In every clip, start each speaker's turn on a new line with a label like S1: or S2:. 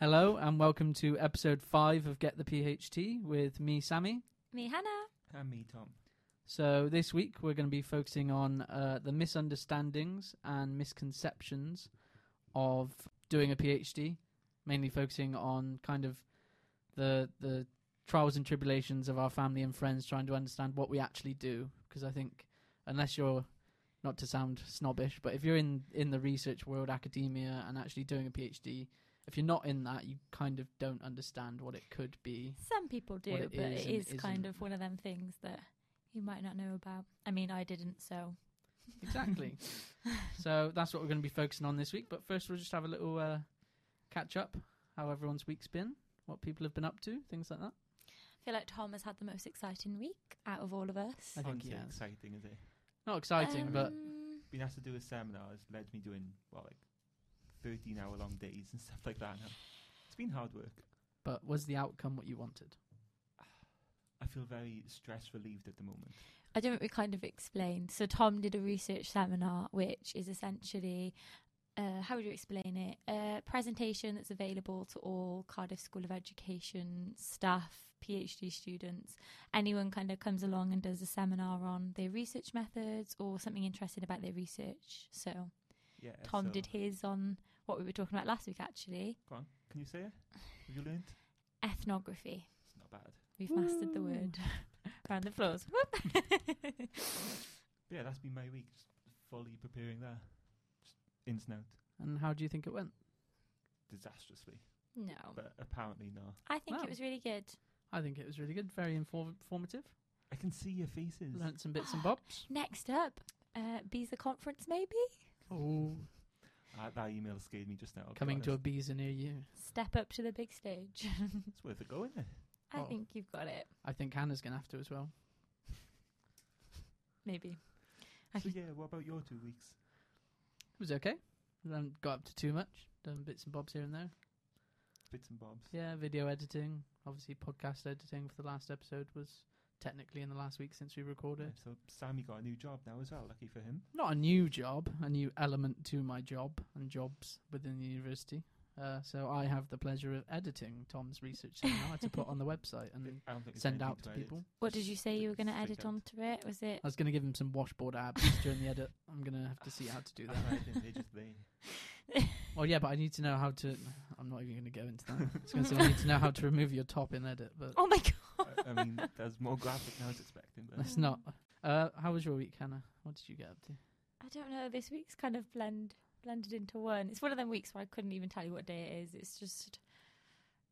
S1: Hello and welcome to episode five of Get the PHT with me, Sammy.
S2: Me, Hannah.
S3: And me, Tom.
S1: So this week we're going to be focusing on uh, the misunderstandings and misconceptions of doing a PhD, mainly focusing on kind of the the trials and tribulations of our family and friends trying to understand what we actually do. Because I think unless you're not to sound snobbish, but if you're in in the research world, academia, and actually doing a PhD, if you're not in that, you kind of don't understand what it could be.
S2: Some people do,
S1: What it
S2: but
S1: is
S2: it
S1: and
S2: is kind
S1: isn't.
S2: of one of them things that you might not know about. I mean, I didn't, so
S1: Exactly. so that's what we're going to be focusing on this week. But first, we'll just have a little uh, catch up. How everyone's week's been, what people have been up to, things like that.
S2: I feel like Tom has had the most exciting week out of all of us.
S1: I think
S3: Can't
S1: he
S3: say
S1: has.
S3: exciting, is it?
S1: Not exciting, but
S2: Um,
S3: Being asked to do a seminar has led me doing well, like thirteen hour long days and stuff like that. Now. It's been hard work.
S1: but was the outcome what you wanted?
S3: I feel very stress relieved at the moment.
S2: I don't think we kind of explained. So Tom did a research seminar, which is essentially, uh, how would you explain it? A presentation that's available to all Cardiff School of Education staff, PhD students, anyone kind of comes along and does a seminar on their research methods or something interesting about their research. So
S3: Yeah.
S2: Tom
S3: so-
S2: did his on what we were talking about last week, actually,
S3: Go on. Can you say it? Have you learned?
S2: ethnography.
S3: It's not bad.
S2: We've mastered the
S1: Woo.
S2: word. Round the floors. Whoop.
S3: But yeah, that's been my week. Just fully preparing there. Just in and out.
S1: And how do you think it went?
S3: Disastrously.
S2: no.
S3: But apparently not.
S2: I think
S1: Wow.
S2: it was really good.
S1: I think it was really good, very inform- informative.
S3: I can see your faces.
S1: Learned some bits and bobs.
S2: Next up, uh, Beezer Conference, maybe?
S1: Oh,
S3: Ah, that email scared me just now. I'll be
S1: coming to a
S3: honest.
S1: Beezer near you.
S2: Step up to the big stage.
S3: It's worth a go, isn't it?
S2: I
S1: Well-
S2: think you've got it.
S1: I think Hannah's going to have to as well.
S2: Maybe. I
S3: So
S2: think
S3: yeah, what about your two weeks?
S1: It was okay. I haven't got up to too much. Done bits and bobs here and there.
S3: Bits and bobs.
S1: Yeah, video editing. Obviously, podcast editing for the last episode was technically in the last week since we recorded.
S3: So Sammy got a new job now as well. Lucky for him.
S1: Not a new job, a new element to my job and jobs within the university. Uh, so I have the pleasure of editing Tom's research seminar to put on the website
S2: Mm.
S1: and
S3: I don't think there's
S1: send
S3: anything
S1: out to
S3: edit.
S1: people.
S2: What did you say you were going to
S3: Straight
S2: edit
S3: out.
S2: onto it? Was it?
S1: I was going to give him some washboard abs during the edit. I'm going to have to see how to do
S3: I
S1: that.
S3: think they're just there.
S1: Well, yeah, but I need to know how to. I'm not even going to go into that. I was going to say I need to know how to remove your top in edit, but
S2: Oh my god!
S3: I, I mean, there's more graphic than I was expecting. But
S1: that's not. Uh, how was your week, Hannah? What did you get up to?
S2: I don't know. This week's kind of blend blended into one. It's one of them weeks where I couldn't even tell you what day it is. It's just,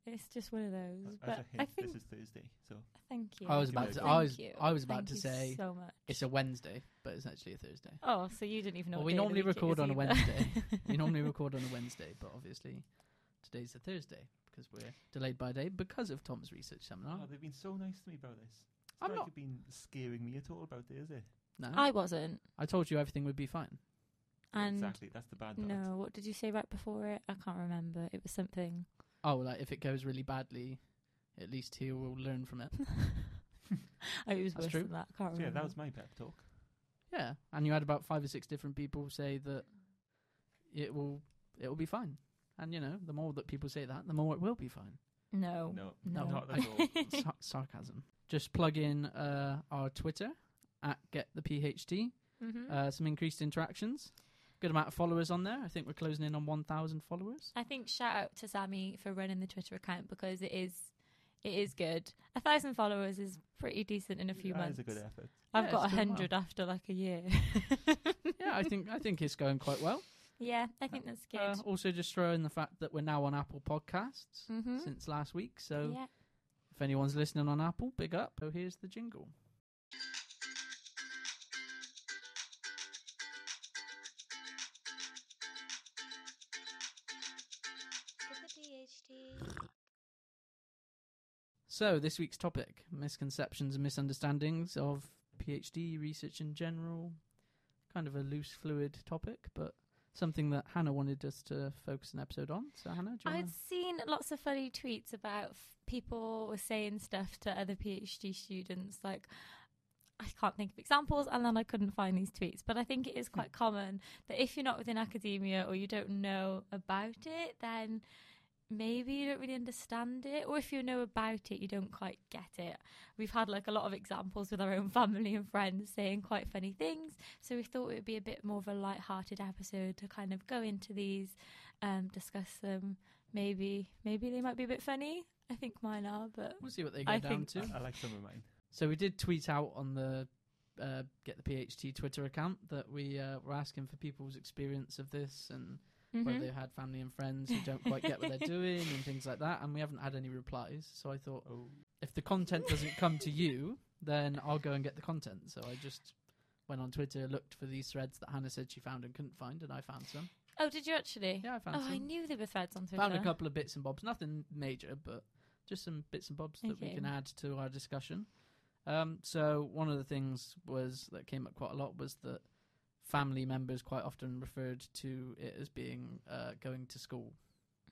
S2: it's just one of those.
S3: as a
S2: But I
S3: hint,
S2: think.
S3: this is Thursday, so
S2: Thank you.
S1: I was
S3: you
S1: about to.
S3: know, it's
S1: I
S2: Thank
S1: was.
S2: you.
S1: I was about
S2: Thank
S1: to
S2: you
S1: say
S2: so much.
S1: it's a Wednesday, but it's actually a Thursday.
S2: Oh, so you didn't even know.
S1: Well,
S2: what
S1: we
S2: day of the
S1: normally
S2: week it
S1: record
S2: is
S1: on a
S2: either.
S1: Wednesday. we normally record on a Wednesday, but obviously today's a Thursday because we're delayed by a day because of Tom's research seminar.
S3: oh, they've been so nice to me about this. It's
S1: I'm
S3: not
S1: not-
S3: like you've been scaring me at all about it, is it?
S1: No, I,
S2: I wasn't.
S1: told you everything would be fine.
S2: And
S3: exactly, that's the bad part.
S2: no, what did you say right before it? I can't remember. It was something.
S1: Oh, like if it goes really badly, at least he will learn from it.
S2: Oh, it was
S1: That's
S2: worse
S1: true.
S2: than that. I can't
S3: So yeah,
S2: remember.
S3: that was my pep talk.
S1: Yeah, and you had about five or six different people say that it will it will be fine, and you know the more that people say that, the more it will be fine.
S2: no.
S3: No,
S2: No.
S3: not at all.
S1: Sar- sarcasm. Just plug in uh, our Twitter at get the PhD.
S2: hmm
S1: uh, some increased interactions. Good amount of followers on there. I think we're closing in on 1,000 followers.
S2: I think shout out to Sammy for running the Twitter account because it is, it is good. A thousand followers is pretty decent in a few
S3: That
S2: months.
S3: is a good effort.
S2: I've
S1: Yeah,
S2: got a
S1: it's doing well.
S2: hundred after like a year.
S1: yeah, I think I think it's going quite well.
S2: yeah, I think that's good.
S1: Uh, also, just throw in the fact that we're now on Apple Podcasts
S2: hmm
S1: since last week. So
S2: yeah.
S1: if anyone's listening on Apple, big up. So here's the jingle. So this week's topic: misconceptions and misunderstandings of PhD research in general. Kind of a loose, fluid topic, but something that Hannah wanted us to focus an episode on. So Hannah, do you
S2: I'd
S1: wanna-
S2: seen lots of funny tweets about f- people were saying stuff to other PhD students, like I can't think of examples, and then I couldn't find these tweets. But I think it
S1: Hmm.
S2: is quite common that if you're not within academia or you don't know about it, then maybe you don't really understand it, or if you know about it, you don't quite get it. We've had like a lot of examples with our own family and friends saying quite funny things, so we thought it would be a bit more of a light-hearted episode to kind of go into these, um, discuss them. Maybe, maybe they might be a bit funny. I think mine are, but
S1: We'll see what they go
S2: I
S1: down
S2: think-
S1: to.
S3: I, I like some of mine.
S1: So we did tweet out on the uh, Get the PHT Twitter account that we uh, were asking for people's experience of this and whether
S2: Mhm.
S1: they've had family and friends who don't quite get what they're doing and things like that. And we haven't had any replies. So I thought
S3: Oh,
S1: if the content doesn't come to you, then I'll go and get the content. So I just went on Twitter, looked for these threads that Hannah said she found and couldn't find, and I found some.
S2: oh, did you actually?
S1: Yeah, I found
S2: Oh,
S1: some.
S2: I knew there were threads on Twitter.
S1: Found a couple of bits and bobs, nothing major, but just some bits and bobs that we
S2: Okay.
S1: can add to our discussion. Um, so one of the things was that came up quite a lot was that family members quite often referred to it as being uh, going to school,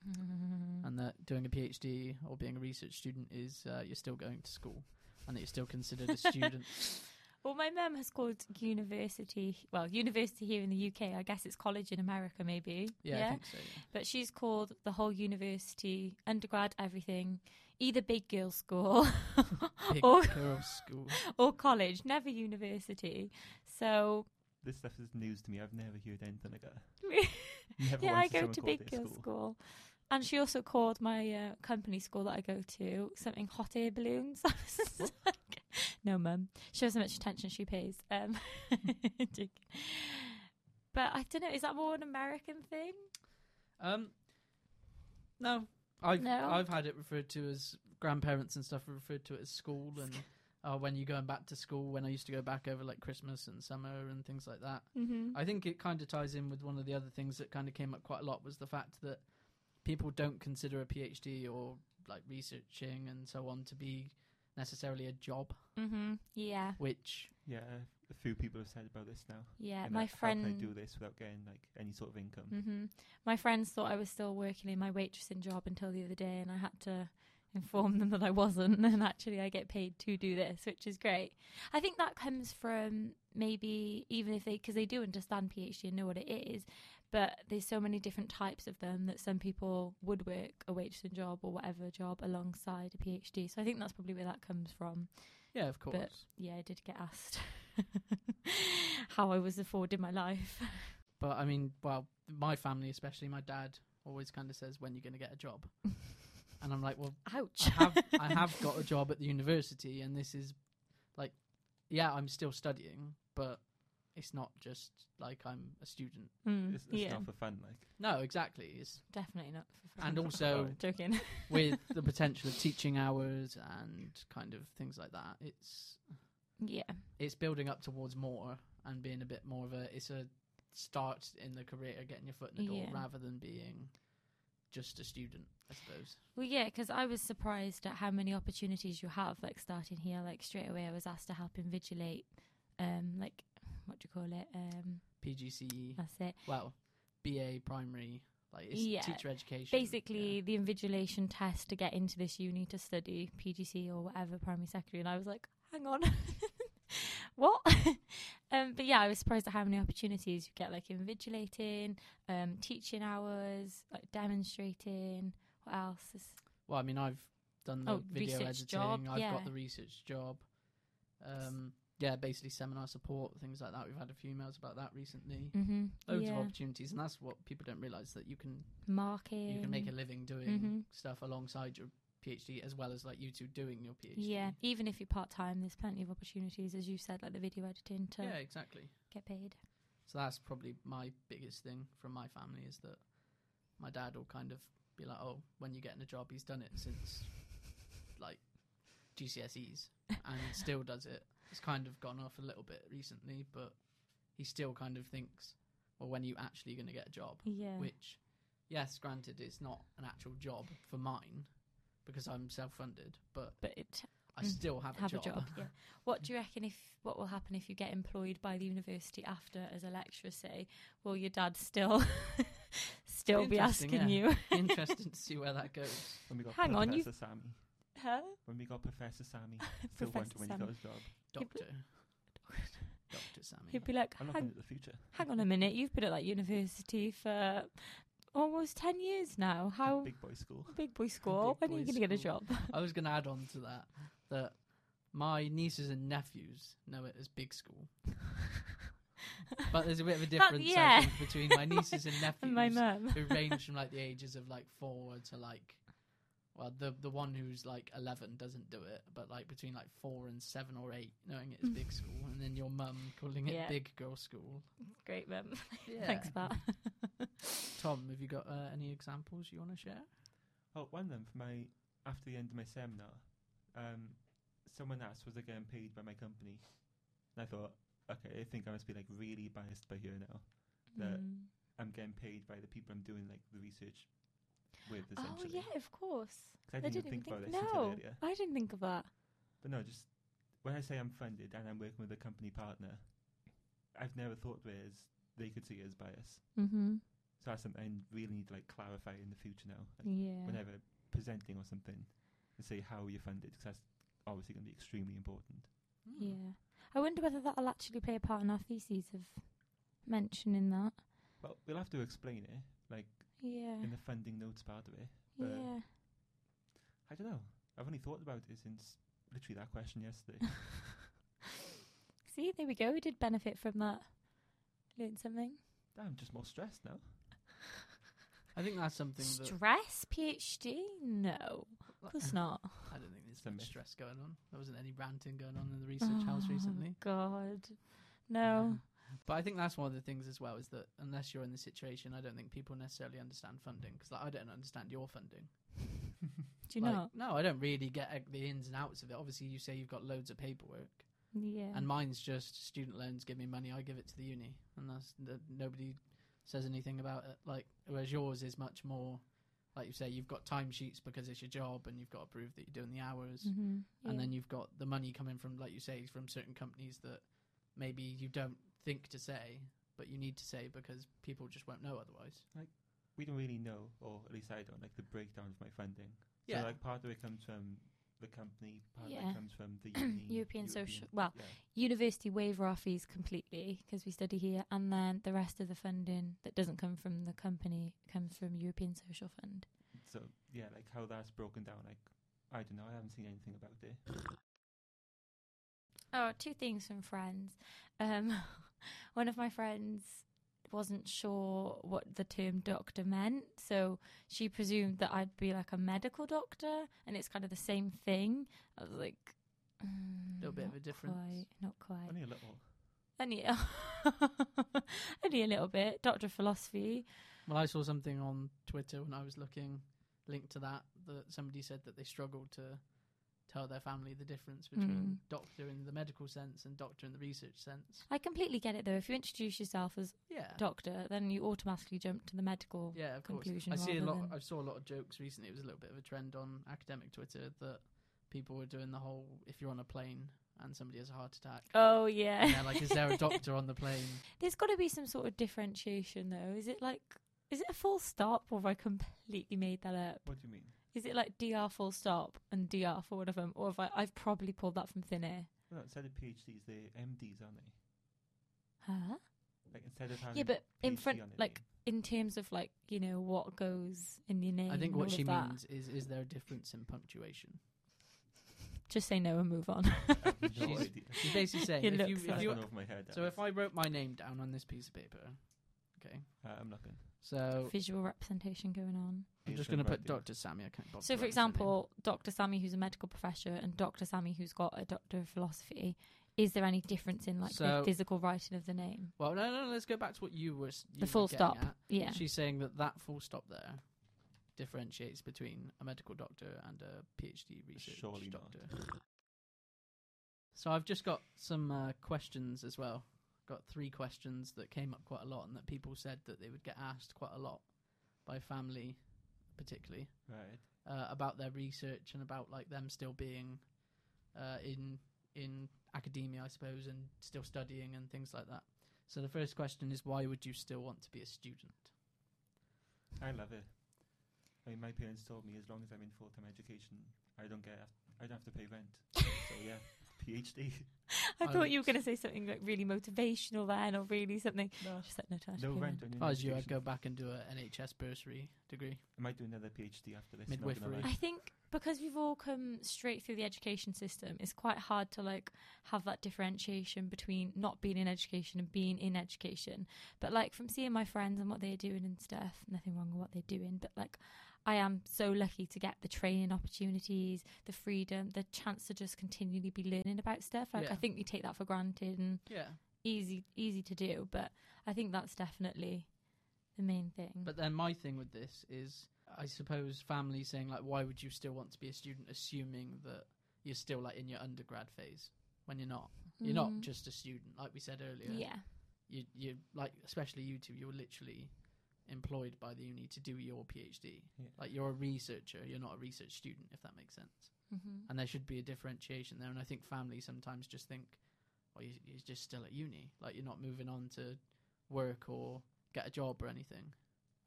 S2: Mm.
S1: and that doing a PhD or being a research student is uh, you're still going to school, and that you're still considered a student.
S2: Well, my mum has called university, well, university here in the UK, I guess it's college in America, maybe.
S1: Yeah, I think so. yeah.
S2: But she's called the whole university, undergrad, everything, either big girls' school
S1: Big
S2: or,
S1: girl school.
S2: or college, never university. So,
S3: this stuff is news to me. I've never heard anything like that. Never
S2: yeah, I
S3: once has
S2: go
S3: someone
S2: to
S3: called
S2: big
S3: their
S2: girls' school. And she also called my uh, company school that I go to something hot air balloons. I was just like, no, mum. Shows how much attention she pays. Um, joking. but I don't know. Is that more an American thing?
S1: Um, no, I've
S2: No?
S1: I've had it referred to as grandparents and stuff have referred to it as school and uh, when you're going back to school. When I used to go back over like Christmas and summer and things like that.
S2: Mm-hmm.
S1: I think it kind of ties in with one of the other things that kind of came up quite a lot was the fact that people don't consider a PhD or like researching and so on to be necessarily a job,
S2: Mm-hmm. Yeah.
S1: which
S3: Yeah, a few people have said about this now.
S2: Yeah.
S3: and
S2: my
S3: like,
S2: friend.
S3: How can I do this without getting like any sort of income?
S2: hmm My friends thought I was still working in my waitressing job until the other day, and I had to inform them that I wasn't. And actually, I get paid to do this, which is great. I think that comes from maybe even if they, because they do understand PhD and know what it is, but there's so many different types of them that some people would work a waitressing job or whatever job alongside a PhD. So I think that's probably where that comes from.
S1: yeah, of course.
S2: But yeah, I did get asked how I was afforded my life.
S1: But I mean, well, my family, especially my dad, always kind of says, "When you're going to get a job," and I'm like, "Well,
S2: Ouch.
S1: I have I have got a job at the university, and this is like, yeah, I'm still studying, but it's not just like I'm a student.
S2: Mm,
S3: It's, it's
S2: yeah.
S3: not for fun, like.
S1: No, exactly. It's
S2: Definitely not. For
S1: and also
S3: Right.
S2: joking.
S1: with the potential of teaching hours and kind of things like that. It's
S2: yeah.
S1: it's building up towards more and being a bit more of a it's a start in the career, getting your foot in the door,
S2: Yeah.
S1: rather than being just a student, I suppose.
S2: Well, yeah, because I was surprised at how many opportunities you have. Like starting here, like straight away, I was asked to help invigilate. Um, like what do you call it? Um,
S1: PGCE,
S2: that's it.
S1: well, BA primary, like it's
S2: Yeah.
S1: teacher education.
S2: Basically, the invigilation test to get into this uni to study PGC or whatever primary secondary, and I was like, hang on. What? um, but yeah, I was surprised at how many opportunities you get, like invigilating, um, teaching hours, like demonstrating. What else? Is,
S1: Well, I mean, I've done the
S2: Oh,
S1: video
S2: research
S1: editing.
S2: job,
S1: I've
S2: yeah.
S1: got the research job. Um, yeah, basically seminar support, things like that. We've had a few emails about that recently.
S2: mm-hmm.
S1: Loads
S2: yeah.
S1: of opportunities, and that's what people don't realise that you can
S2: marking.
S1: you can make a living doing
S2: Mhm.
S1: stuff alongside your PhD as well as like you two doing your PhD.
S2: Yeah, even if you're part time, there's plenty of opportunities, as you said, like the video editing to
S1: yeah, exactly.
S2: get paid.
S1: So that's probably my biggest thing from my family is that my dad will kind of be like, "Oh, when you're getting a job, he's done it since like GCSEs and still does it." It's kind of gone off a little bit recently, but he still kind of thinks, "Well, when are you actually going to get a job?"
S2: Yeah.
S1: Which, yes, granted, it's not an actual job for mine because I'm self-funded, but
S2: But it,
S1: I
S2: Mm.
S1: still have,
S2: have a job. yeah. What do you reckon if what will happen if you get employed by the university after as a lecturer? Say, will your dad still still be
S1: Interesting,
S2: asking
S1: yeah.
S2: you?
S1: Interesting to see where that goes.
S3: When we got
S2: Hang on,
S3: Professor
S2: you've-
S3: Sammy.
S2: Huh?
S3: When we got Professor Sammy, still
S2: Professor
S3: wonder when he
S2: Sammy.
S3: got his job.
S2: He'd be-
S1: Doctor, Doctor Sammy.
S2: He'd be like,
S3: I'm looking
S2: hang,
S3: at the future.
S2: hang on a minute, you've been at that university for almost 10 years now. How
S3: Big boy school.
S2: big boy school?
S1: Big
S2: when are you
S1: boy
S2: going to get a
S1: school.
S2: job?
S1: I was going to add on to that that my nieces and nephews know it as big school. But there's a bit of a difference I
S2: yeah.
S1: think, between my nieces and nephews
S2: and my mum.
S1: who range from like the ages of like four to like well the the one who's like 11 doesn't do it but like between like four and seven or eight knowing it's big school and then your mum calling it
S2: Yeah.
S1: big girl school
S2: Great mum. Thanks for that.
S1: tom have you got uh, any examples you want to share
S3: Oh, one of them for my after the end of my seminar, um, someone asked was I getting paid by my company, and I thought, okay, I think I must be like really biased by here now. That
S2: Mm.
S3: I'm getting paid by the people I'm doing like the research with.
S2: Oh,
S3: Essentially.
S2: yeah, of course.
S3: 'Cause I
S2: I
S3: didn't,
S2: didn't
S3: think
S2: even
S3: about
S2: think.
S3: this until
S2: No,
S3: earlier.
S2: I didn't think of that.
S3: But no, just when I say I'm funded and I'm working with a company partner, I've never thought of it as they could see it as bias.
S2: Mm-hmm.
S3: So that's something I really need to like clarify in the future now. Like,
S2: Yeah.
S3: whenever presenting or something and say how you're funded because that's obviously going to be extremely important.
S1: Hmm.
S2: Yeah. I wonder whether that'll actually play a part in our theses of mentioning that.
S3: Well, we'll have to explain it, like
S2: Yeah.
S3: in the funding notes part of it. but-
S2: Yeah.
S3: I don't know. I've only thought about it since literally that question yesterday.
S2: See, there we go. We did benefit from that. Learned something.
S3: I'm just more stressed now.
S1: i think that's something that
S2: Stress PhD? No, of course not.
S1: i don't think there's
S3: a
S1: much
S3: myth.
S1: stress going on there wasn't any ranting going on in the research house
S2: Oh,
S1: recently
S2: God, no.
S1: But I think that's one of the things as well is that unless you're in the situation, I don't think people necessarily understand funding because like, I don't understand your funding.
S2: Do you
S1: Like,
S2: not?
S1: No, I don't really get uh, the ins and outs of it. Obviously, you say you've got loads of paperwork,
S2: Yeah.
S1: and mine's just student loans. Give me money, I give it to the uni, and that's th- nobody says anything about it. Like whereas yours is much more, like you say, you've got timesheets because it's your job, and you've got to prove that you're doing the hours
S2: mm-hmm.
S1: and then you've got the money coming from, like you say, from certain companies that maybe you don't think to say, but you need to say because people just won't know otherwise.
S3: We don't really know, or at least I don't, like the breakdown of my funding.
S1: Yeah.
S3: So like part of it comes from the company, part of
S2: Yeah.
S3: it comes from the uni,
S2: European social- well,
S3: yeah.
S2: university waiver our fees completely because we study here, and then the rest of the funding that doesn't come from the company comes from European Social Fund.
S3: So yeah, like how that's broken down. Like I don't know. I haven't seen anything about it.
S2: Oh, two things from friends. Um, one of my friends wasn't sure what the term doctor meant, so she presumed that I'd be like a medical doctor, and it's kind of the same thing. I was like, mm,
S1: Little bit of
S2: not
S1: a difference.
S2: Quite, not quite.
S3: Only a little.
S2: Only, only a little bit. Doctor of philosophy.
S1: Well, I saw something on Twitter when I was looking, linked to that, that somebody said that they struggled to tell their family the
S3: Mm.
S1: difference between doctor in the medical sense and doctor in the research sense.
S2: I completely get it though. If you introduce yourself as
S1: Yeah.
S2: doctor, then you automatically jump to the medical.
S1: yeah, of course.
S2: conclusion
S1: I see a
S2: rather
S1: lot.
S2: than-
S1: I saw a lot of jokes recently. It was a little bit of a trend on academic Twitter that people were doing the whole if you're on a plane and somebody has a heart attack.
S2: Oh yeah.
S1: yeah, like is there a doctor on the plane?
S2: There's got to be some sort of differentiation, though. Is it like, is it a full stop, or have I completely made that up?
S3: What do you mean?
S2: Is it like dr full stop and dr for one of them, or have I? I've probably pulled that from thin air.
S3: Well, instead of PhDs, they're MDs, aren't they?
S2: Huh?
S3: Like instead of having
S2: Yeah, but in
S3: PhD
S2: front,
S3: on their
S2: like
S3: name.
S2: in terms of like you know what goes in your name.
S1: I think
S2: and
S1: what
S2: all
S1: she
S2: of Mm, that,
S1: means is is there a difference in punctuation?
S2: Just say no and move on.
S3: I've no
S1: she's-
S3: idea.
S1: She's basically saying
S2: It
S1: if you,
S2: looks
S1: if
S3: That's
S2: like-
S1: you
S3: gone over my head.
S1: so if I wrote my name down on this piece of paper, okay,
S3: uh, I'm not going.
S1: so
S2: Visual representation going on.
S1: I'm just going to put Doctor Sammy. I can't bother
S2: So,
S1: to
S2: for
S1: write his surname.
S2: example, Dr. Sammy, who's a medical professor, and Dr. Sammy, who's got a doctor of philosophy, is there any difference in like
S1: So-
S2: the physical writing of the name?
S1: well, no, no, no, let's go back to what you were. s- you
S2: the
S1: were
S2: full
S1: getting
S2: stop.
S1: at.
S2: Yeah.
S1: She's saying that that full stop there differentiates between a medical doctor and a PhD research
S3: Surely not.
S1: doctor. So I've just got some uh, questions as well. Got three questions that came up quite a lot and that people said that they would get asked quite a lot by family, particularly
S3: Right.
S1: uh, about their research and about like them still being uh, in in academia, I suppose, and still studying and things like that. So the first question is, why would you still want to be a student?
S3: I love it. I mean, my parents told me as long as I'm in full-time education, I don't get, I don't have to pay rent. so yeah, PhD.
S2: I
S1: I
S2: thought
S1: would-
S2: you were going to say something like really motivational then, or really something.
S3: no,
S2: Just like Natasha.
S3: no
S2: Payne.
S3: rent on
S1: If
S3: your
S1: I was you, I'd
S3: Mm-hmm. education.
S1: go back and do an NHS bursary degree.
S3: I might do another PhD after this. not gonna
S1: Midwifery.
S2: I
S3: lie.
S2: think because we've all come straight through the education system, it's quite hard to like have that differentiation between not being in education and being in education. But like from seeing my friends and what they're doing and stuff, nothing wrong with what they're doing, but like I am so lucky to get the training opportunities, the freedom, the chance to just continually be learning about stuff. Like
S1: Yeah.
S2: I think we take that for granted and
S1: Yeah.
S2: easy easy to do, but I think that's definitely the main thing.
S1: But then my thing with this is, I suppose families saying like, why would you still want to be a student, assuming that you're still like in your undergrad phase when you're not. You're not
S2: Mm.
S1: just a student, like we said earlier.
S2: yeah.
S1: You you like especially you two, you're literally employed by the uni to do your PhD.
S3: Yeah.
S1: Like you're a researcher, you're not a research student, if that makes sense.
S2: hmm
S1: and there should be a differentiation there. And I think families sometimes just think, well, you, you're just still at uni, like you're not moving on to work or get a job or anything.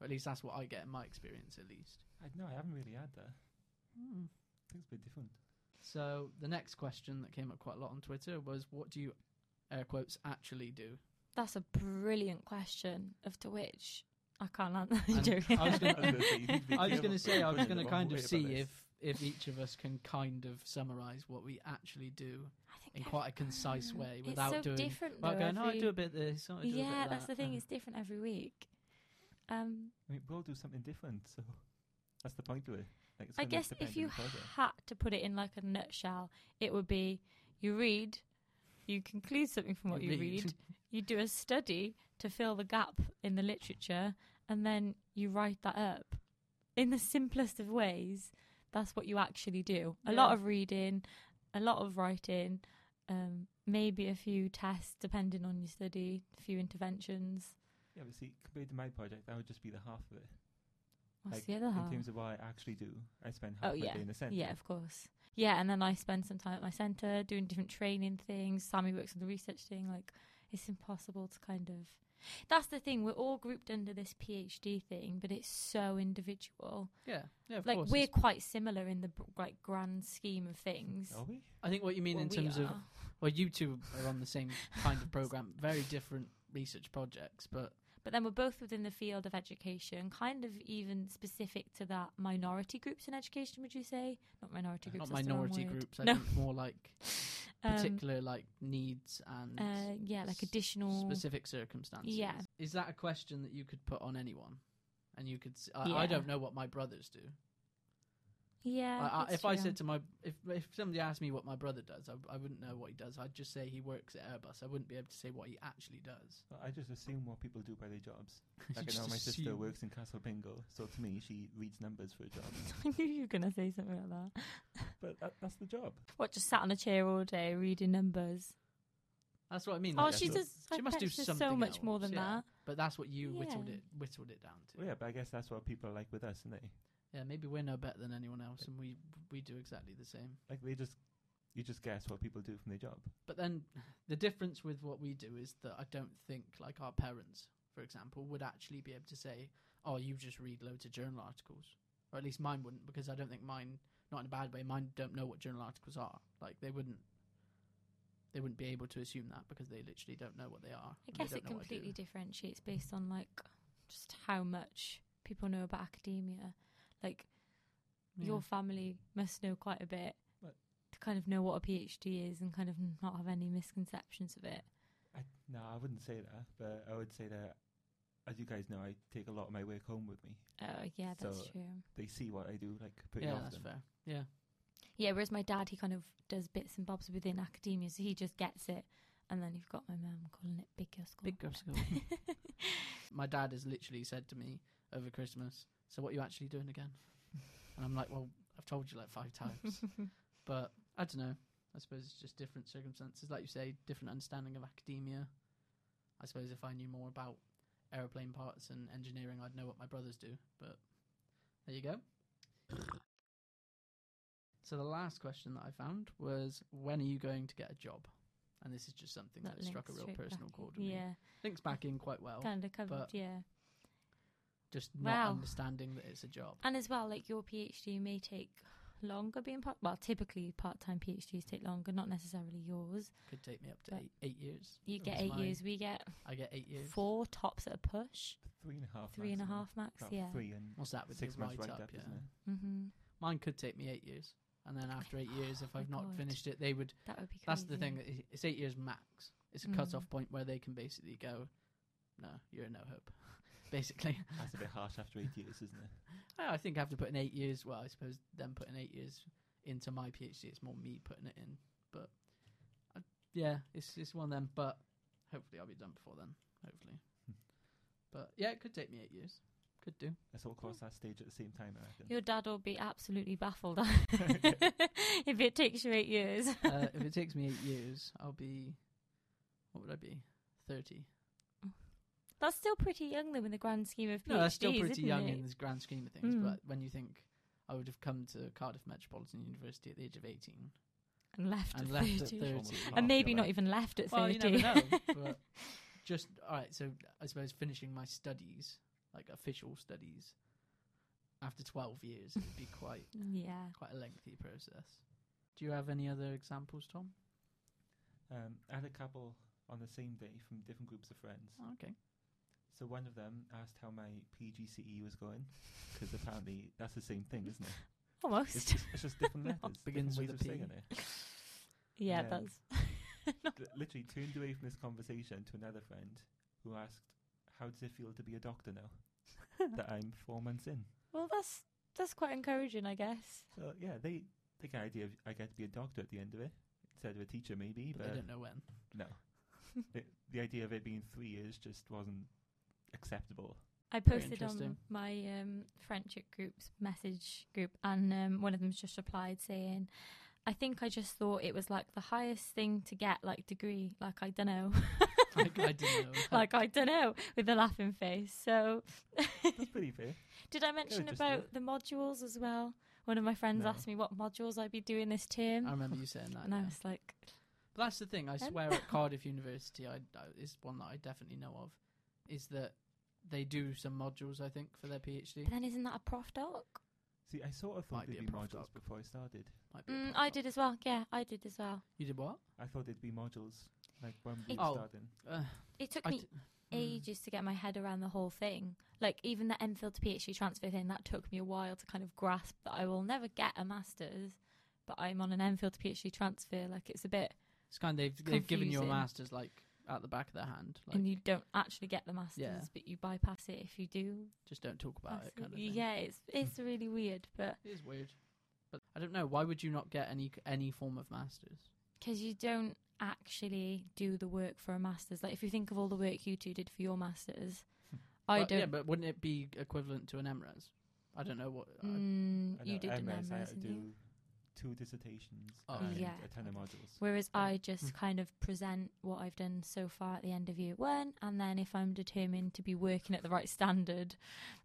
S1: Or at least that's what I get in my experience, at least.
S3: I, no, I haven't really had that. I
S2: Hmm.
S3: think it's a bit different.
S1: So the next question that came up quite a lot on Twitter was, what do you air quotes actually do?
S2: That's a brilliant question, of to which I can't answer. I'm
S1: And
S2: joking.
S1: I was gonna- I was
S3: Yeah,
S1: going to
S3: but
S1: say I was going
S3: putting it
S1: to
S3: the
S1: kind
S3: wrong
S1: of
S3: way
S1: see
S3: about this.
S1: if if each of us can kind of summarize what we actually do
S2: I think
S1: in
S2: I've-
S1: quite a concise
S2: Mm.
S1: way
S2: It's
S1: without
S2: so
S1: doing
S2: different
S1: without
S2: though,
S1: going, oh, I
S2: every-
S1: do a bit of this, oh, I do a bit of
S2: yeah, that's
S1: that,"
S2: the thing.
S1: and-
S2: It's different every week. Um,
S3: I mean, we'll do something different, so that's the point of it. Like, it's
S2: I
S3: gonna
S2: guess
S3: depend
S2: if
S3: on
S2: you
S3: each other.
S2: had to put it in like a nutshell, it would be: you read, you conclude something from what you, read, you do a study to fill the gap in the literature, and then you write that up. In the simplest of ways, that's what you actually do. A lot
S1: Yeah.
S2: of reading, a lot of writing, um, maybe a few tests depending on your study, a few interventions.
S3: Yeah, but see, compared to my project, that would just be the half of it.
S2: What's
S3: Like,
S2: the other
S3: In
S2: half?
S3: terms of what I actually do, I spend
S2: Uh-huh. Oh,
S3: half my
S2: yeah.
S3: day in the centre.
S2: Yeah, of course. Yeah, and then I spend some time at my centre doing different training things. Sammy works on the research thing. Like, it's impossible to kind of. That's the thing. We're all grouped under this PhD thing, but it's so individual.
S1: Yeah, yeah, of
S2: like,
S1: course.
S2: we're
S1: it's-
S2: quite similar in the br- like grand scheme of things.
S3: Are we?
S1: I think what Oh, you mean
S2: Well,
S1: in
S2: we
S1: terms of
S2: are.
S1: well, you two are on the same kind of program, very different research projects, but
S2: But then we're both within the field of education, kind of even specific to that minority groups in education. Would you say not minority groups?
S1: Uh, not
S2: that's the wrong
S1: minority
S2: word.
S1: groups. I
S2: No.
S1: think more like
S2: Um,
S1: particular like needs and
S2: uh, yeah, like additional.
S1: specific circumstances.
S2: Yeah.
S1: is that a question that you could put on anyone? And you could, s I- I
S2: Yeah.
S1: don't know what my brothers do.
S2: Yeah.
S1: I, I,
S2: that's
S1: if I
S2: true.
S1: said to my, if if somebody asked me what my brother does, I, I wouldn't know what he does. I'd just say he works at Airbus. I wouldn't be able to say what he actually does.
S3: Well, I just assume what people do by their jobs.
S1: You
S3: Like, I
S1: just
S3: know my sister
S1: assume.
S3: works in Castle Bingo, so to me, she reads numbers for a job.
S2: I knew you were going to say something like that.
S3: but that, that's the job.
S2: What, just sat on a chair all day reading numbers?
S1: That's what I mean.
S2: Oh,
S1: like,
S2: she
S1: that's-
S2: does.
S1: She must do
S2: so
S1: something
S2: much more
S1: else,
S2: than
S1: yeah.
S2: that.
S1: But that's what you whittled
S2: Yeah.
S1: it whittled it down to.
S3: Well, yeah, but I guess that's what people are like with us, isn't they?
S1: Yeah, maybe we're no better than anyone else, and we we do exactly the same.
S3: Like, they just, you just guess what people do from their job.
S1: But then the difference with what we do is that I don't think like our parents, for example, would actually be able to say, "Oh, you just read loads of journal articles," or at least mine wouldn't, because I don't think mine, not in a bad way, mine don't know what journal articles are. Like they wouldn't. They wouldn't be able to assume that because they literally don't know what they are.
S2: I
S1: and they
S2: guess
S1: don't
S2: it
S1: know what I do.
S2: completely differentiates based on, like, just how much people know about academia. Like, your family must know quite a bit
S3: But-
S2: to kind of know what a PhD is and kind of not have any misconceptions of it.
S3: I, no, I wouldn't say that, but I would say that, as you guys know, I take a lot of my work home with me.
S2: Oh, yeah, that's
S3: So-
S2: true.
S3: They see what I do, like, pretty
S1: yeah,
S3: often.
S1: that's fair. Yeah,
S2: Yeah, whereas my dad, he kind of does bits and bobs within academia, so he just gets it. And then you've got my mum calling it big girl school.
S1: big girl school. my dad has literally said to me over Christmas, "So what are you actually doing again?" And I'm like, "Well, I've told you like five times." but I don't know. I suppose it's just different circumstances, like you say, different understanding of academia. I suppose if I knew more about aeroplane parts and engineering, I'd know what my brothers do. But there you go. So the last question that I found was, "When are you going to get a job?" And this is just something that, has struck a
S2: links
S1: real
S2: straight
S1: personal
S2: back in.
S1: chord with me.
S2: Yeah,
S1: Links back in quite well
S2: kind of covered.
S1: but-
S2: Yeah,
S1: just
S2: Wow.
S1: not understanding that it's a job.
S2: and as well, like your PhD may take longer being part. Well, typically part-time PhDs take longer, not necessarily yours.
S1: Could take me up to
S2: But
S1: eight, eight years.
S2: You
S1: That
S2: get
S1: was
S2: eight
S1: my-
S2: years. We get
S1: I get eight Oh, years.
S2: four tops at a push.
S3: Three and a half.
S2: Three and a
S3: maximum.
S2: half max.
S3: Well,
S2: yeah.
S3: Three and
S1: What's that with
S3: six
S1: the
S3: months
S1: write
S3: write
S1: up?
S3: up,
S1: yeah.
S3: isn't it?
S2: Mm-hmm.
S1: Mine could take me eight years, and then after eight years, if
S2: my
S1: I've not
S2: Oh God.
S1: finished it, they would.
S2: That would be. Crazy.
S1: That's the thing. i- It's eight years max. It's a
S2: Mm.
S1: cut-off point where they can basically go, "No, you're a no hope." basically,
S3: That's a bit harsh after eight years, isn't it?
S1: I I think after putting eight years, well, I suppose them putting eight years into my PhD, it's more me putting it in. But I, yeah, it's it's one of them. But hopefully, I'll be done before then. Hopefully, but yeah, it could take me eight years. Could do.
S3: Let's all cross that stage at the same time, I reckon.
S2: Your dad will be absolutely baffled if it takes you eight years.
S1: uh, if it takes me eight years, I'll be. What would I be? Thirty.
S2: That's still pretty young, though, in the grand scheme of PhDs.
S1: No, that's still pretty
S2: isn't
S1: young
S2: it?
S1: in this grand scheme of things.
S2: Mm.
S1: But when you think I would have come to Cardiff Metropolitan University at the age of eighteen
S2: and left
S1: and
S2: at
S1: left
S2: 30.
S1: at thirty,
S3: Almost half
S2: and
S3: your
S2: maybe not
S3: life.
S2: even left at
S1: well,
S2: 30.
S1: you never know. But just all right. So I suppose finishing my studies, like official studies, after twelve years, it'd be quite
S2: yeah.
S1: quite a lengthy process. Do you have any other examples, Tom?
S3: Um, I had a couple on the same day from different groups of friends.
S1: Oh, okay.
S3: So one of them asked how my PGCE E was going, because apparently that's the same thing, isn't it? It's
S2: Almost.
S3: just, it's just different letters. different
S1: Begins with
S3: ways
S1: a
S3: of
S1: P.
S3: saying it.
S2: yeah,
S3: um,
S2: that's.
S3: Li- Literally turned away from this conversation to another friend who asked, "How does it feel to be a doctor now that I'm four months in?"
S2: Well, that's that's quite encouraging, I guess.
S3: So yeah, they they got an idea of I get to be a doctor at the end of it instead of a teacher maybe,
S1: But
S3: but,
S1: I don't know when.
S3: no, the, the idea of it being three years just wasn't acceptable.
S2: I posted on
S1: interesting.
S2: my um, friendship group's message group, and um, one of them's just replied saying, "I think I just thought it was like the highest thing to get, like degree, like I don't know,
S1: Like, I don't know.
S2: like I don't know," with a laughing face. So,
S3: That's pretty fair.
S2: did I mention
S3: just
S2: about the modules as well? One of my friends
S3: No.
S2: asked me what modules I'd be doing this term,
S1: I remember you saying that.
S2: and I
S1: Oh, yeah.
S2: was like,
S1: But that's the thing. I
S2: Them?
S1: swear at Cardiff University, I, I is one that I definitely know of, is that they do some modules. I think for their PhD.
S2: "But then isn't that a prof doc?"
S3: See, I sort of
S1: Might
S3: thought
S1: be
S3: they'd
S1: a
S3: be
S1: prof
S3: modules
S1: doc.
S3: before I started.
S1: Might be a
S2: Mm,
S1: prof
S2: I
S1: doc.
S2: did as well. Yeah, I did as well.
S1: You did what?
S3: I thought they'd be modules like when we
S2: It-
S1: Oh.
S3: started.
S1: Uh,
S2: It took
S1: I
S2: me
S1: d- mm.
S2: ages to get my head around the whole thing. Like even the MPhil to PhD transfer thing, that took me a while to kind of grasp that I will never get a master's, but I'm on an MPhil to PhD transfer. Like it's a bit,
S1: it's kind of they've, they've given you a
S2: confusing.
S1: masters like at the back of their hand. Like
S2: and you don't actually get the master's, but you bypass it if you do.
S1: just don't talk about
S2: pass
S1: it. Kind of
S2: it.
S1: thing.
S2: yeah, it's it's really weird, but
S1: it is weird. But I don't know. Why would you not get any any form of masters?
S2: because you don't actually do the work for a master's. Like if you think of all the work you two did for your master's, I
S1: But-
S2: don't.
S1: Yeah, but wouldn't it be equivalent to an MRes? I don't know what. I-
S2: Mm,
S3: I
S2: you
S3: know,
S2: did an
S3: MRes, I had
S2: MRes,
S3: to
S2: didn't you?
S3: do two dissertations
S1: Oh,
S3: and
S2: Yeah.
S3: a ton of modules.
S2: Whereas
S1: Yeah.
S2: I
S1: Mm.
S2: just kind of present what I've done so far at the end of year one, and then if I'm determined to be working at the right standard,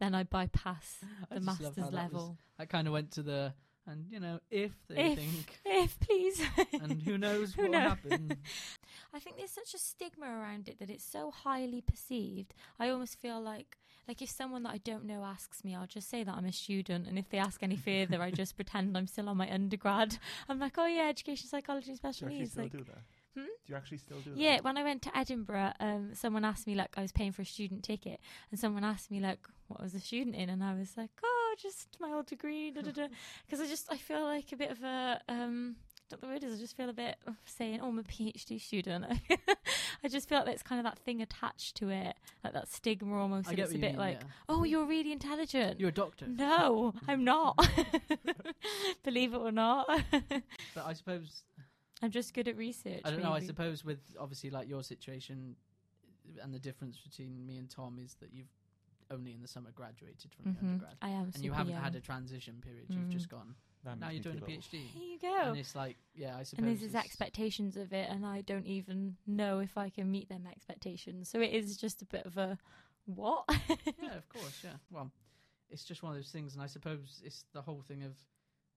S2: then I bypass
S1: I
S2: the
S1: just love how
S2: master's
S1: that was-
S2: level.
S1: I kind of went to the and you know if they
S2: If.
S1: think
S2: If please.
S1: and who knows
S2: Who
S1: what will
S2: knows?
S1: happen.
S2: I think there's such a stigma around it that it's so highly perceived. I almost feel like like if someone that I don't know asks me, I'll just say that I'm a student, and if they ask any further, I just pretend I'm still on my undergrad. I'm like, oh yeah, education psychology and
S3: Do
S2: special
S3: you actually
S2: needs.
S3: still
S2: Like,
S3: do that?
S2: Hmm?
S3: Do you actually still do
S2: Yeah,
S3: that?
S2: when I went to Edinburgh, um, someone asked me like I was paying for a student ticket, and someone asked me like what was a student in, and I was like, oh, just my old degree, da da da, because I just I feel like a bit of a um, don't know what the word is, I just feel a bit of saying, oh, I'm a PhD student. I just feel like that's kind of that thing attached to it, like that stigma almost.
S1: I
S2: and
S1: get
S2: it's
S1: what
S2: a
S1: you
S2: bit
S1: mean,
S2: like,
S1: yeah.
S2: oh, you're really intelligent.
S1: You're a doctor,
S2: no, I'm not. Believe it or not,
S1: but I suppose
S2: I'm just good at research.
S1: I don't know. I
S2: maybe.
S1: suppose with obviously like your situation and the difference between me and Tom is that you've only in the summer graduated from
S2: Mhm.
S1: your undergrad,
S2: I am.
S1: and you
S2: super
S1: haven't
S2: young.
S1: had a transition period. You've
S2: Mm.
S1: just gone.
S3: That
S1: Now
S3: makes
S1: you're
S3: me
S1: doing a
S3: feel old.
S1: PhD,
S2: Here you go.
S1: and it's like yeah, I suppose.
S2: And there's his
S1: it's-
S2: expectations of it, and I don't even know if I can meet them expectations. So it is just a bit of a what?
S1: yeah, of course, yeah. Well, it's just one of those things, and I suppose it's the whole thing of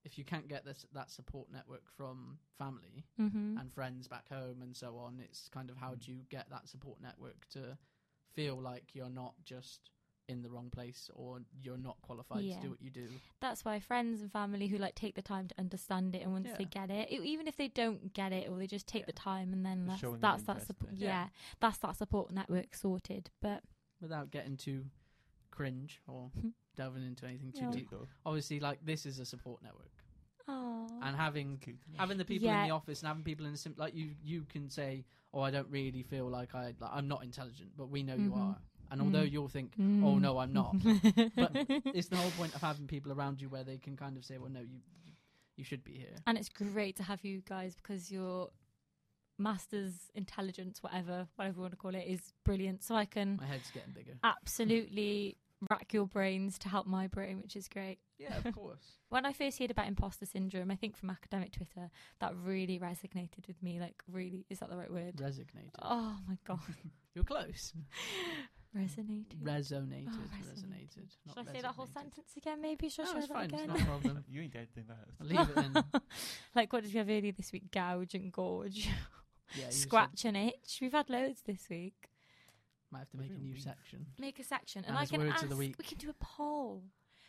S1: if you can't get this that support network from family
S2: mm-hmm.
S1: and friends back home and so
S2: Mm.
S1: on, it's kind of how do you get that support network to feel like you're not just in the wrong place or you're not qualified
S2: Yeah.
S1: to do what you do.
S2: That's why friends and family who like take the time to understand it and once they get it, e- even if they don't get it or they just take
S1: Yeah.
S2: the time and then
S3: Just
S2: that's
S3: showing an
S2: that's that
S3: interest
S2: support.
S3: in it.
S2: Yeah.
S1: Yeah.
S2: that's that support network sorted. But
S1: without getting too cringe or delving into anything too
S2: Yeah.
S1: deep.
S3: Cool.
S1: Obviously, like this is a support network,
S2: oh,
S1: and having
S3: It's cute.
S1: having the people
S2: Yeah.
S1: in the office and having people in the sim- like you, you can say, "Oh, I don't really feel like I like, I'm not intelligent," but we know you
S2: Mhm.
S1: are. And although
S2: Mm.
S1: you'll think "Oh, no, I'm not." But
S2: Mm-hmm.
S1: it's the whole point of having people around you where they can kind of say, "Well, no, you you should be here."
S2: and it's great to have you guys because your master's intelligence, whatever whatever you want to call it, is brilliant. So I can
S1: My head's getting bigger.
S2: um, absolutely rack your brains to help my brain, which is great.
S1: Yeah, of course.
S2: When I first heard about imposter syndrome, I think from academic Twitter, that really resonated with me. Like, really, is that the right word?
S1: Resignated.
S2: Oh my god,
S1: You're close.
S2: resonated.
S1: Resonated.
S2: Oh,
S1: resonated.
S2: resonated.
S1: not
S2: Should I say that whole
S1: resignated.
S2: sentence again? Maybe should I
S1: No,
S2: try
S1: it's
S2: that
S1: fine. It's
S2: again?
S1: not a problem.
S3: You ain't dead in that.
S1: I'll leave it then.
S2: like, what did we have earlier this week? Gouge and gorge,
S1: Yeah, you said-
S2: scratch and itch. We've had loads this week.
S1: Might have to make a
S3: Real
S1: new
S3: beef.
S1: section.
S2: Make a section, and
S1: And
S2: I
S1: it's
S2: can
S1: words
S2: ask.
S1: of the week.
S2: We can do a poll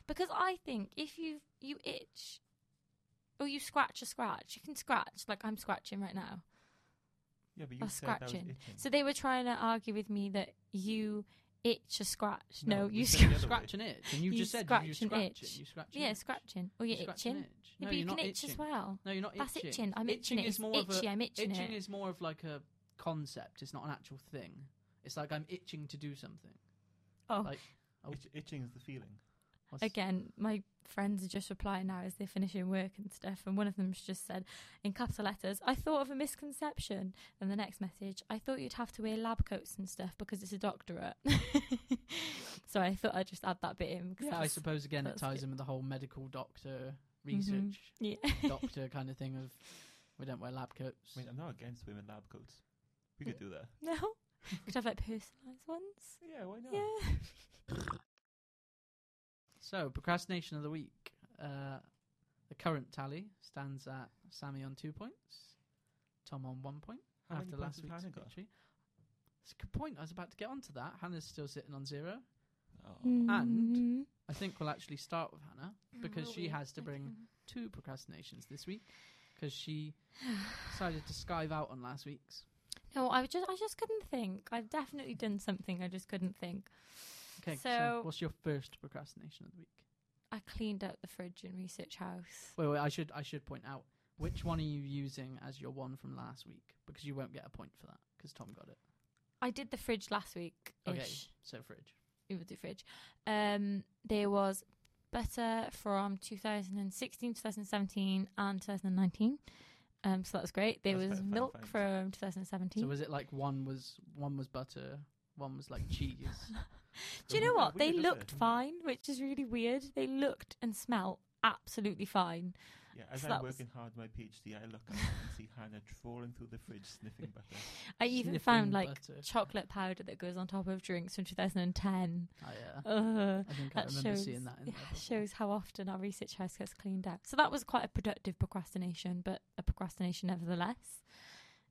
S2: because I think if you you itch or you scratch a scratch, you can scratch. Like I'm scratching right now.
S3: Yeah, but you
S2: Or
S3: said that was
S2: scratching.
S3: itching.
S2: So they were trying to argue with me that you itch a scratch. No,
S3: No, we
S2: you
S3: said
S2: scratch.
S3: the other way.
S1: Scratch and itch, and you,
S2: You
S1: just said you- you
S2: scratch and
S1: scratch it.
S2: itch.
S1: You scratch. and
S2: Yeah,
S1: itch.
S2: scratching. Or you're
S1: You scratch and
S2: itching.
S1: itch.
S2: Yeah,
S1: No,
S2: but you
S1: you're
S2: can
S1: not
S2: itch as
S1: itching.
S2: well.
S1: No, you're not
S2: That's
S1: itching.
S2: itching. I'm itching,
S1: Itching
S2: it.
S1: is
S2: It's
S1: more of a-
S2: itchy. i I'm itching,
S1: Itching
S2: it.
S1: is more of like a concept. It's not an actual thing. It's like I'm itching to do something.
S2: Oh.
S1: Like, Oh.
S3: Itch- itching is the feeling.
S1: what's-
S2: Again, my friends are just replying now as they're finishing work and stuff, and one of them's just said in capital letters, "I thought of a misconception." And the next message, "I thought you'd have to wear lab coats and stuff because it's a doctorate." so I thought I'd just add that bit in. 'cause
S1: yeah, I
S2: that's-
S1: suppose again it
S2: that's
S1: ties
S2: good. Mm-hmm.
S1: in with the whole medical doctor research
S2: Yeah.
S1: doctor kind of thing of we don't wear lab coats.
S3: I mean, I'm not against women lab coats. We could do that.
S2: no. Could have like personalised ones.
S3: Yeah, why not?
S2: Yeah.
S1: So procrastination of the week. Uh, the current tally stands at Sammy on two points, Tom on one point.
S3: How many
S1: after
S3: points
S1: last
S3: has
S1: week's
S3: Hannah got?
S1: victory. That's a good point. I was about to get onto that. Hannah's still sitting on zero.
S3: Oh.
S1: And-
S2: Mhm.
S1: I think we'll actually start with Hannah because
S2: Will
S1: she
S2: we?
S1: has to bring
S2: Okay.
S1: two procrastinations this week because she decided to skive out on last week's.
S2: No, I was just I just couldn't think. I've definitely done something. I just couldn't think.
S1: Okay, so,
S2: So-
S1: what's your first procrastination of the week?
S2: I cleaned out the fridge in Research House.
S1: Wait, wait, I should I should point out which one are you using as your one from last week because you won't get a point for that because Tom got it.
S2: I did the fridge last week.
S1: Okay, so fridge.
S2: It was the fridge. Um, there was butter from 2016, 2017, and 2019. Um, so that was great. There was
S3: That's quite a fun
S2: milk
S3: fact.
S2: from 2017.
S1: So was it like one was one was butter, one was like cheese?
S2: Do you know
S3: Weird,
S2: what? They
S3: isn't it?
S2: looked fine, which is really weird. They looked and smelt absolutely fine.
S3: Yeah, as
S2: So
S3: I'm
S2: that was-
S3: working hard at my PhD, I look out and see Hannah trawling through the fridge sniffing butter.
S2: I even
S1: Sniffing
S2: found like
S1: butter.
S2: chocolate powder that goes on top of drinks from 2010.
S1: Oh, yeah.
S2: Ugh.
S1: I think I
S2: Uh, that
S1: remember
S2: shows-
S1: seeing that in
S2: Yeah,
S1: there. before.
S2: shows how often our research house gets cleaned out. So that was quite a productive procrastination, but a procrastination nevertheless.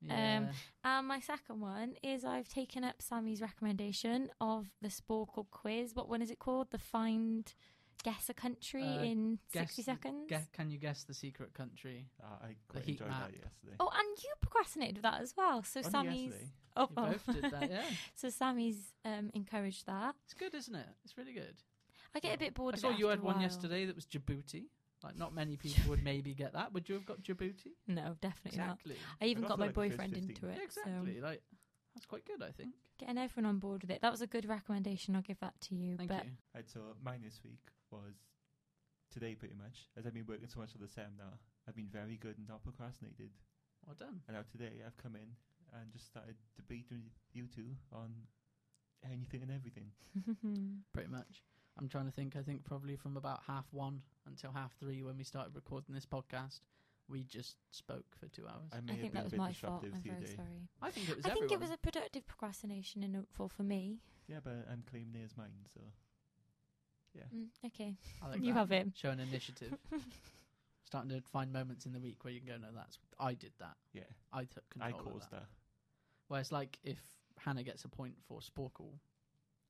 S1: Yeah.
S2: um, And my second one is I've taken up Sammy's recommendation of the Sporkle quiz. What one is it called? The Find Guess a Country
S1: Uh,
S2: in
S1: guess-
S2: 60 seconds.
S1: Gue- can you guess the secret country?
S3: Uh, I quite
S1: heat
S3: enjoyed
S1: map.
S3: that yesterday.
S2: Oh, and you procrastinated with that as well. So
S3: Only
S2: Sammy's.
S3: yesterday.
S2: Oh,
S1: You
S2: oh.
S1: both did that, yeah.
S2: so Sammy's um, encouraged that.
S1: It's good, isn't it? It's really good.
S2: I get a bit
S1: I
S2: bored. of
S1: saw
S2: it
S1: you
S2: after
S1: had
S2: a
S1: one
S2: while.
S1: yesterday that was Djibouti. Like, not many people would maybe get that. Would you have got Djibouti?
S2: No, definitely not.
S1: Exactly.
S2: I even
S3: got
S2: got,
S3: to,
S2: my
S3: like, the first
S2: boyfriend
S3: 15.
S2: into
S1: Yeah,
S2: it. So.
S1: exactly. Like, that's quite good, I think.
S2: getting everyone on board with it. That was a good recommendation. I'll give that to you.
S1: Thank
S2: but
S1: you.
S3: Right, so mine this week was today pretty much. As I've been working so much for the seminar, I've been very good and not procrastinated.
S1: Well done.
S3: And now today I've come in and just started debating with you two on anything and everything.
S1: Pretty much. I'm trying to think. I think probably from about half one until half three when we started recording this podcast, we just spoke for two hours.
S3: I may
S2: I
S3: have
S2: think
S3: been
S2: that
S3: a
S2: was
S3: bit
S2: my fault.
S3: disruptive
S2: I'm
S3: to you
S2: very
S3: today.
S2: sorry.
S1: I think it was
S2: I think it
S1: everyone.
S2: was a productive procrastination in a- for for me.
S3: Yeah, but I'm claiming it as mine, so yeah.
S2: Mm, okay,
S1: I like
S2: you
S1: that.
S2: have it.
S1: Showing initiative. Starting to find moments in the week where you can go, no, that's I did that.
S3: Yeah.
S1: I took
S3: I
S1: control of
S3: caused
S1: that.
S3: that.
S1: Where it's like if Hannah gets a point for Sporkle,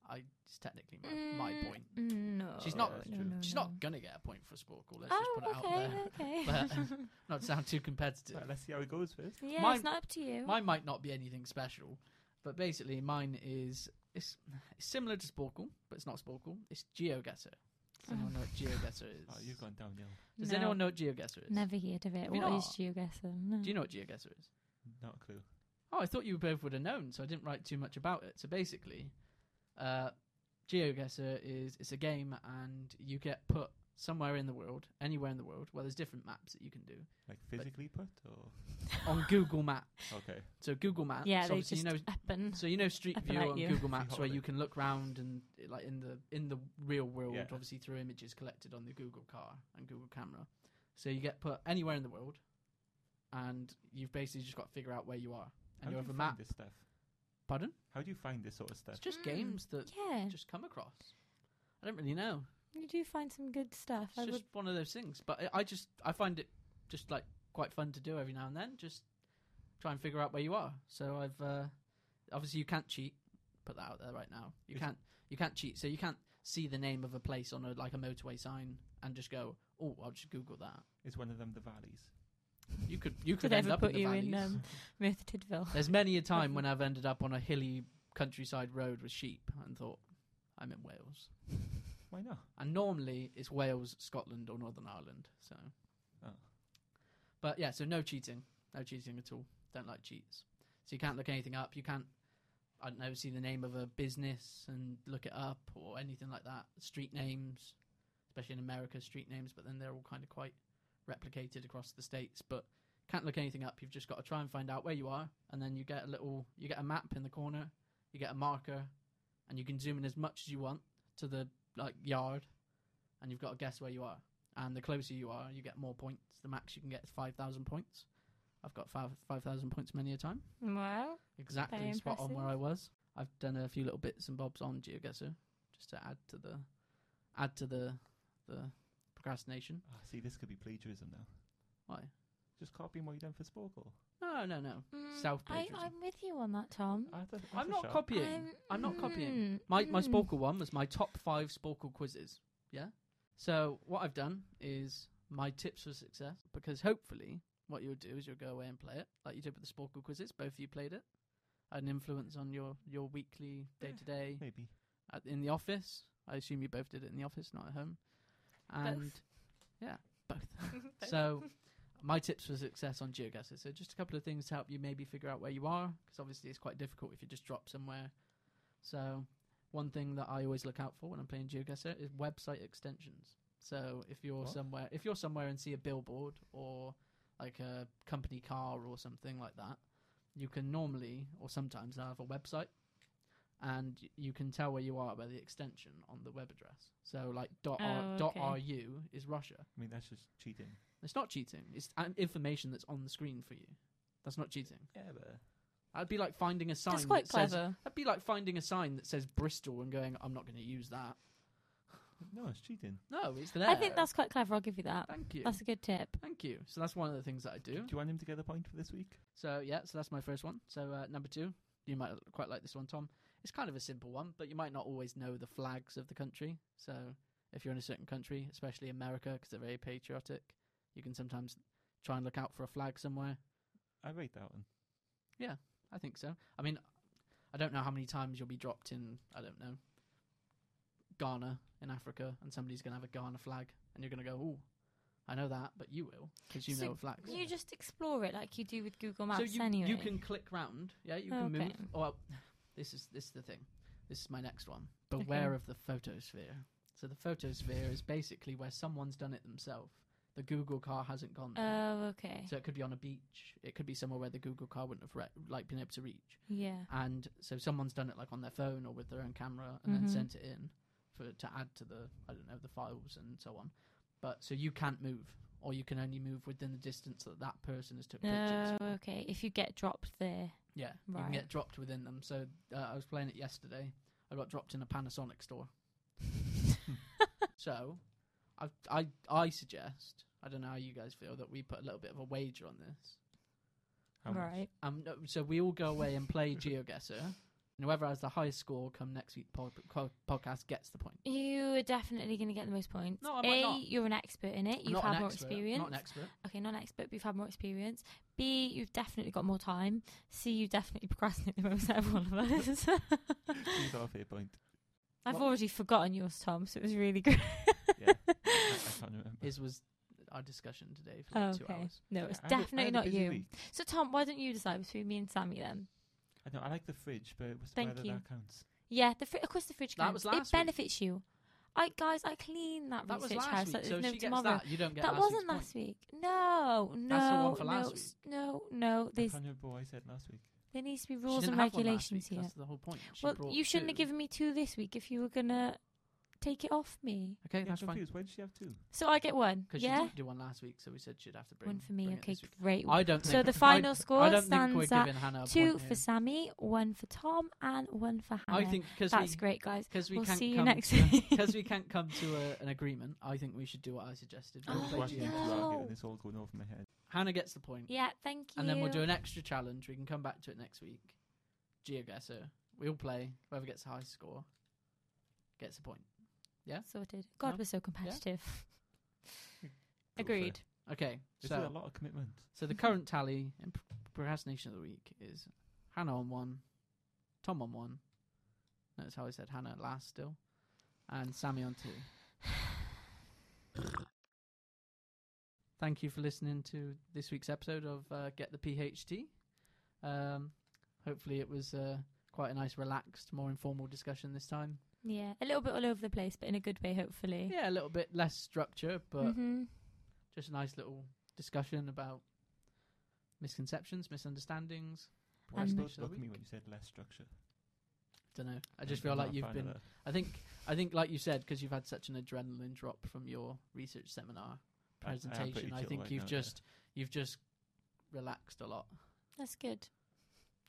S1: I it's technically my, my
S2: Mm,
S1: point.
S2: No.
S1: She's not-
S3: that's
S2: no,
S3: Oh, true.
S2: no,
S1: She's
S2: no.
S1: not gonna get a point for Sporkle. Let's
S2: Oh,
S1: just put it
S2: okay,
S1: out there.
S2: okay.
S1: But, um, Not to sound too competitive.
S3: Right, let's see how it goes first.
S2: yeah,
S1: mine-
S2: it's not up to you.
S1: Mine might not be anything special, but basically mine is it's, it's similar to Sporkle, but it's not Sporkle. It's GeoGuessr. Does anyone know what GeoGuessr is?
S3: Oh, you've gone downhill.
S1: Does
S2: No,
S1: anyone know what GeoGuessr is?
S2: Never heard of it.
S1: Have
S2: What
S1: you
S2: is
S1: not?
S2: geoguessing? No.
S1: Do you know what GeoGuessr is?
S3: Not a clue.
S1: Oh, I thought you both would have known, so I didn't write too much about it. So basically, uh, GeoGuessr is it's a game, and you get put somewhere in the world, anywhere in the world. Well, there's different maps that you can do
S3: Like physically put or
S1: on Google Maps.
S3: okay.
S1: So Google Maps,
S2: Yeah,
S1: so
S2: they
S1: obviously
S2: just
S1: you know
S2: up and
S1: So you know Street
S2: Up and
S1: View
S2: at
S1: on
S2: you.
S1: Google Maps
S3: Hot
S1: where
S3: Link.
S1: you can look round and eh, like in the in the real world,
S3: Yeah.
S1: obviously through images collected on the Google car and Google camera. So you get put anywhere in the world, and you've basically just got to figure out where you are.
S3: How
S1: And you
S3: do you
S1: have a
S3: find
S1: map.
S3: this stuff?
S1: Pardon?
S3: How do you find this sort of
S1: It's
S3: stuff?
S1: just
S2: Mm.
S1: games that
S2: yeah,
S1: just come across. I don't really know.
S2: you do find some good stuff.
S1: It's
S2: I
S1: just
S2: would.
S1: one of those things. But I, I just I find it just like quite fun to do every now and then. Just try and figure out where you are. So I've uh, obviously you can't cheat. Put that out there right now. You
S3: Is-
S1: can't you can't cheat. So you can't see the name of a place on a like a motorway sign and just go. Oh, I'll just Google that.
S3: Is one of them the valleys?
S1: You could you could
S2: Did I
S1: end
S2: ever
S1: up
S2: put
S1: in the
S2: you
S1: valleys.
S2: in um, Merthyr Tydfil?
S1: There's many a time when I've ended up on a hilly countryside road with sheep and thought I'm in Wales.
S3: Why not?
S1: And normally it's Wales, Scotland, or Northern Ireland. So,
S3: Oh.
S1: but yeah, so no cheating, no cheating at all. Don't like cheats. So you can't look anything up. You can't, I don't know, see the name of a business and look it up or anything like that. Street names, especially in America, street names. But then they're all kind of quite replicated across the states. But can't look anything up. You've just got to try and find out where you are, and then you get a little, you get a map in the corner, you get a marker, and you can zoom in as much as you want to the like yard, and you've got to guess where you are. And the closer you are, you get more points. The max you can get is five thousand points. I've got five five thousand points many a time.
S2: Wow.
S1: Exactly
S2: Very
S1: spot on where
S2: impressive.
S1: I was. I've done a few little bits and bobs on GeoGuessr just to add to the add to the the procrastination.
S3: Ah, see, this could be plagiarism now.
S1: Why?
S3: Just copying what you done for Sporkle.
S1: No, no, no. South
S2: Mm, I,
S1: plagiarism.
S2: I'm with you on that, Tom.
S3: Ah, that's- that's
S1: I'm
S3: a
S1: not
S3: shout.
S1: copying. I'm not copying. My my
S2: mm.
S1: Sporkle one was my top five Sporkle quizzes. Yeah. So what I've done is my tips for success because hopefully what you'll do is you'll go away and play it like you did with the Sporkle quizzes. Both of you played it. Had an influence on your your weekly
S3: Yeah.
S1: day to day
S3: Maybe.
S1: at- in the office. I assume you both did it in the office, not at home. And yeah, both. so my tips for success on GeoGuessr. So just a couple of things to help you maybe figure out where you are, because obviously it's quite difficult if you just drop somewhere. So one thing that I always look out for when I'm playing GeoGuessr is website extensions. So if you're
S3: What?
S1: somewhere, if you're somewhere and see a billboard or like a company car or something like that, you can normally or sometimes they'll have a website and y- you can tell where you are by the extension on the web address. So like dot
S2: Oh,
S1: .r, dot
S2: okay.
S1: .ru is Russia.
S3: I mean, that's just cheating.
S1: It's not cheating. It's um, information that's on the screen for you. That's not cheating.
S3: Yeah, but
S1: That'd be like finding a sign
S2: That's quite
S1: that says
S2: clever.
S1: that'd be like finding a sign that says Bristol and going I'm not going to use that.
S3: no, it's cheating.
S1: No, it's there.
S2: I think that's quite clever. I'll give you that.
S1: Thank you.
S2: That's a good tip.
S1: Thank you. So that's one of the things that I
S3: Do
S1: do.
S3: you want him to get a point for this week?
S1: So yeah, so that's my first one. So uh, number two, you might quite like this one, Tom. It's kind of a simple one, but you might not always know the flags of the country. So if you're in a certain country, especially America, 'cause they're very patriotic, you can sometimes try and look out for a flag somewhere.
S3: I rate that one.
S1: I think so. I mean, I don't know how many times you'll be dropped in. I don't know. Ghana in Africa, and somebody's gonna have a Ghana flag, and you're gonna go, "Oh, I know that," but you will, 'cause you
S2: So
S1: know flags.
S2: You just explore it like you do with Google Maps
S1: so you,
S2: anyway.
S1: you can click round. Yeah, you can move.
S2: Okay.
S1: Oh, well, this is this is the thing. This is my next one. Beware
S2: Okay.
S1: of the photosphere. So the photosphere is basically where someone's done it themselves. The Google car hasn't gone there.
S2: Oh, okay.
S1: so it could be on a beach. It could be somewhere where the Google car wouldn't have re- like been able to reach.
S2: yeah.
S1: And so someone's done it like on their phone or with their own camera and then
S2: Mhm.
S1: sent it in for to add to the I don't know the files and so on. But so you can't move, or you can only move within the distance that that person has took pictures.
S2: Oh,
S1: for.
S2: okay. If you get dropped there.
S1: Yeah, you can
S2: Right.
S1: get dropped within them. So uh, I was playing it yesterday. I got dropped in a Panasonic store. so I, I, I suggest I don't know how you guys feel that we put a little bit of a wager on this.
S3: How much?
S2: right.
S1: Um, no, so we all go away and play GeoGuessr, And whoever has the highest score come next week pod- co- podcast gets the point.
S2: You are definitely going to get the most points.
S1: No, I might
S2: A,
S1: not.
S2: you're an expert in it. You've
S1: not
S2: had
S1: an
S2: more
S1: expert,
S2: experience.
S1: Not an expert.
S2: okay, not an expert, but you've had more experience. B, you've definitely got more time. C, you definitely procrastinate the most out of all of us.
S3: She's got a fair point.
S2: I've
S1: What-
S2: already forgotten yours, Tom, so it was really good.
S3: Yeah. I, I can't remember.
S1: His was our discussion today for like two
S2: Oh, okay.
S1: hours.
S2: No,
S3: Yeah,
S2: it's
S3: I had a- I
S2: definitely
S3: had a
S2: not
S3: busy
S2: you.
S3: week.
S2: So, Tom, why don't you decide between me and Sammy then?
S3: I know. I like the fridge, but it was
S2: Thank
S3: whether
S2: you.
S3: that counts.
S2: Yeah, the fri- of course the fridge
S1: That
S2: counts.
S1: was last
S2: it
S1: week.
S2: benefits you. I guys, I clean that,
S1: That was
S2: research
S1: last
S2: house.
S1: week,
S2: like
S1: so
S2: there's no
S1: she gets
S2: tomorrow.
S1: that. You don't get
S2: that
S1: last
S2: wasn't
S1: week's point.
S2: last week. No, no,
S1: That's the one for
S2: no,
S1: last
S2: s- no, no.
S3: I
S2: There's
S3: can't remember what I said last week.
S2: there needs to be
S1: She
S2: rules
S1: didn't
S2: and
S1: have one last
S2: regulations
S1: week,
S2: here.
S1: That's the whole point. She
S2: well,
S1: brought
S2: you shouldn't have
S1: two.
S2: given me two this week if you were gonna take it off me.
S1: Okay,
S3: Yeah, I'm
S1: that's fine.
S3: confused. Why did she have two?
S2: So I get one.
S1: Because she
S2: Yeah,
S1: didn't do one last week, so we said she'd have to bring
S2: one for me.
S1: bring it
S2: Okay,
S1: this week.
S2: great.
S1: I don't.
S2: So
S1: think,
S2: the
S1: I-
S2: final score
S1: I don't think we're
S2: stands at
S1: giving Hannah a
S2: Two
S1: point
S2: for
S1: here.
S2: Sammy, one for Tom, and one for Hannah.
S1: I think because
S2: that's
S1: we
S2: great, guys.
S1: because we
S2: We'll
S1: can't
S2: see you
S1: come
S2: next
S1: to-
S2: week.
S1: 'cause we can't come to a, an agreement. I think we should do what I suggested.
S2: Oh,
S3: I'm just
S1: We'll
S3: watching
S1: play
S3: you two
S1: GMT.
S2: no.
S3: argue, and it's all going over my head.
S1: Hannah gets the point,
S2: Yeah, thank you.
S1: and then we'll do an extra challenge. We can come back to it next week. GeoGuessr. We'll play whoever gets the highest score gets a point.
S2: sorted. God,
S1: No?
S2: we're so competitive.
S3: for it.
S2: Agreed.
S1: Okay,
S3: This
S1: so
S3: is a lot of commitment.
S1: So the current tally in pr- procrastination of the week is Hannah on one, Tom on one. That's how I said Hannah last still, and Sammy on two. Thank you for listening to this week's episode of uh, Get the PhD. Um, hopefully, it was uh, quite a nice, relaxed, more informal discussion this time.
S2: Yeah, a little bit all over the place, but in a good way, hopefully.
S1: Yeah, a little bit less structure, but
S2: Mhm.
S1: just a nice little discussion about misconceptions, misunderstandings.
S3: Why
S2: Um,
S3: did you
S1: procrastination of
S3: look
S1: the
S3: at me
S1: week.
S3: when you said less structure?
S1: don't know. I
S3: I'm-
S1: just feel
S3: I'm
S1: like
S3: not a
S1: you've
S3: fan of
S1: been.
S3: that.
S1: I think. I think, like you said, because you've had such an adrenaline drop from your research seminar
S3: I- I am pretty
S1: presentation. I,
S3: chill
S1: think
S3: right
S1: you've
S3: now, yeah.
S1: just you've just relaxed a lot.
S2: That's good.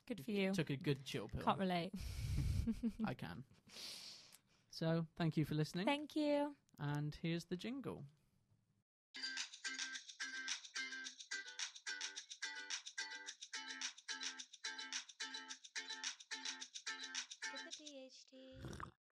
S2: Good for you.
S1: Took a good chill pill.
S2: Can't relate.
S1: I can. So thank you for listening,
S2: Thank you.
S1: and here's the jingle.
S4: Get the PhD.